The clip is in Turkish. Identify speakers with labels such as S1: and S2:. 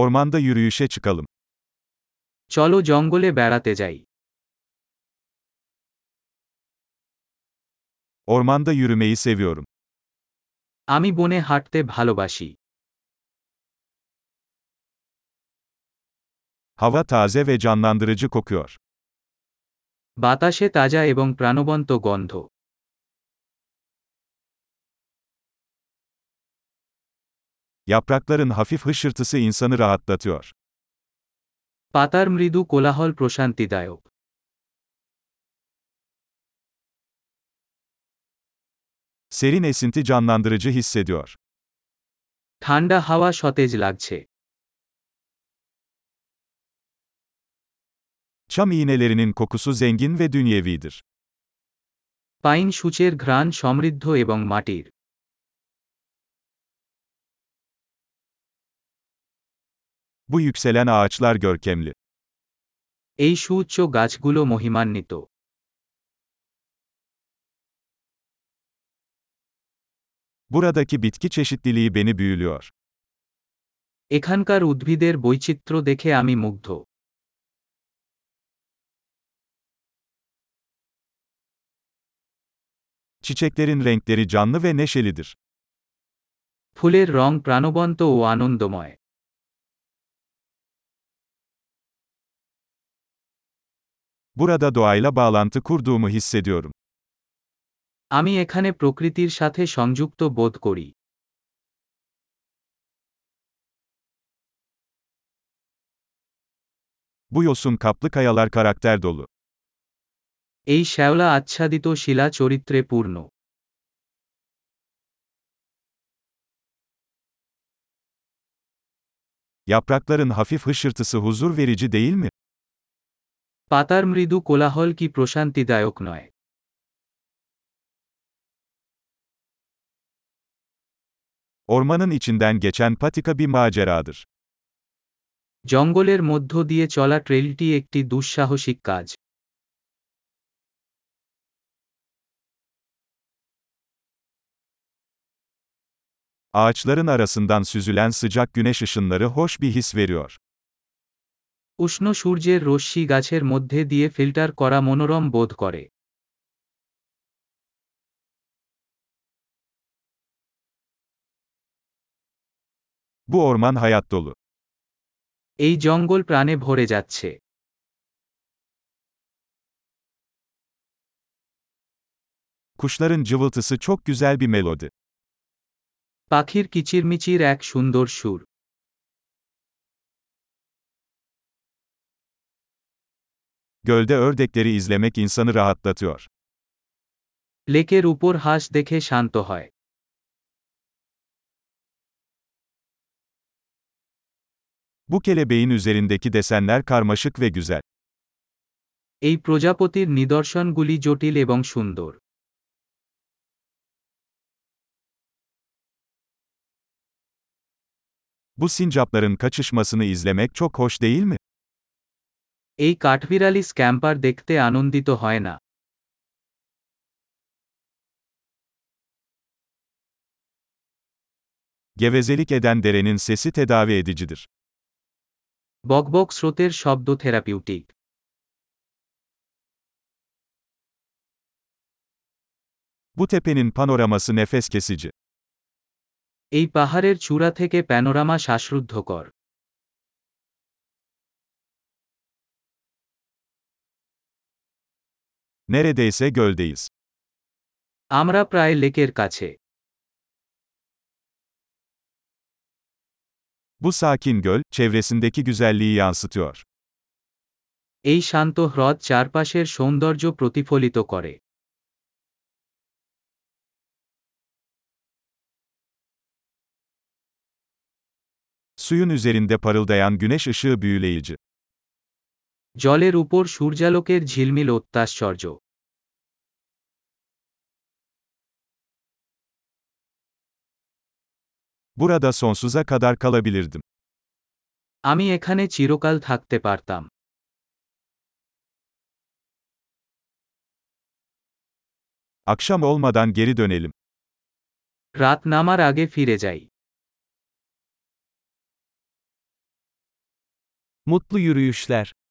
S1: Ormanda yürüyüşe çıkalım.
S2: চলো জঙ্গলে বেড়াতে যাই
S1: Ormanda yürümeyi seviyorum.
S2: আমি বনে হাঁটতে ভালোবাসি
S1: Hava taze ve canlandırıcı kokuyor.
S2: বাতাসে তাজা এবং প্রাণবন্ত গন্ধ
S1: Yaprakların hafif hışırtısı insanı rahatlatıyor.
S2: পাতার মৃদু কোলাহল প্রশান্তিদায়ক
S1: Serin esinti canlandırıcı hissediyor.
S2: ঠান্ডা হাওয়া সতেজ লাগছে
S1: Çam iğnelerinin kokusu zengin ve dünyevidir.
S2: Pine সূচের ঘ্রাণ সমৃদ্ধ এবং মাটির
S1: Bu yükselen ağaçlar görkemli.
S2: এই সুউচ্চ গাছগুলো মহিমান্বিত
S1: Buradaki bitki çeşitliliği beni büyülüyor.
S2: এখানকার উদ্ভিদের বৈচিত্র্য দেখে আমি মুগ্ধ
S1: Çiçeklerin renkleri canlı ve neşelidir.
S2: ফুলের রং প্রাণবন্ত ও আনন্দময়
S1: Burada doğayla bağlantı kurduğumu hissediyorum.
S2: আমি এখানে প্রকৃতির সাথে সংযুক্ত বোধ করি
S1: Bu yosun kaplı kayalar karakter dolu.
S2: এই শ্যাওলা আচ্ছাদিত শিলা চরিত্রে পূর্ণ
S1: Yaprakların hafif hışırtısı huzur verici değil mi?
S2: পাতার মৃদু কোলাহল কি প্রশান্তিদায়ক নয়
S1: Ormanın içinden geçen patika bir maceradır.
S2: জঙ্গলের মধ্য দিয়ে চলা ট্রেলটি একটি দুঃসাহসিক কাজ
S1: Ağaçların arasından süzülen sıcak güneş ışınları hoş bir his veriyor.
S2: উষ্ণ সূর্যের রশ্মি গাছের মধ্যে দিয়ে ফিল্টার করা মনোরম বোধ করে
S1: Bu orman hayat dolu.
S2: এই জঙ্গল প্রাণে ভরে যাচ্ছে
S1: Kuşların cıvıltısı çok güzel bir melodi.
S2: পাখির কিচিরমিচির এক সুন্দর সুর
S1: Gölde ördekleri izlemek insanı rahatlatıyor.
S2: লেকের উপর হাঁস দেখে শান্ত হয়
S1: Bu kelebeğin üzerindeki desenler karmaşık ve güzel.
S2: এই প্রজাপতির নিদর্শনগুলি জটিল এবং সুন্দর
S1: Bu sincapların kaçışmasını izlemek çok hoş değil mi?
S2: এই কাঠবিড়ালি স্ক্যাম্পার দেখতে আনন্দিত হয় না
S1: Gevezelik eden derenin sesi tedavi edicidir.
S2: বকবক স্রোতের শব্দ therapeutic
S1: Bu tepenin panoraması nefes kesici.
S2: এই পাহাড়ের চূড়া থেকে প্যানোরামা শ্বাসরুদ্ধকর
S1: Neredeyse göldeyiz.
S2: আমরা প্রায় লেকের কাছে
S1: Bu sakin göl, çevresindeki güzelliği yansıtıyor.
S2: এই শান্ত হ্রদ চারপাশের সৌন্দর্য প্রতিফলিত করে
S1: Suyun üzerinde parıldayan güneş ışığı büyüleyici.
S2: জলের উপর সূর্যালোকের ঝিলমিল অত্যাশ্চর্য
S1: Burada sonsuza kadar kalabilirdim.
S2: আমি এখানে চিরকাল থাকতে পারতাম
S1: Akşam olmadan geri dönelim.
S2: রাত নামার আগে ফিরে যাই
S1: Mutlu yürüyüşler.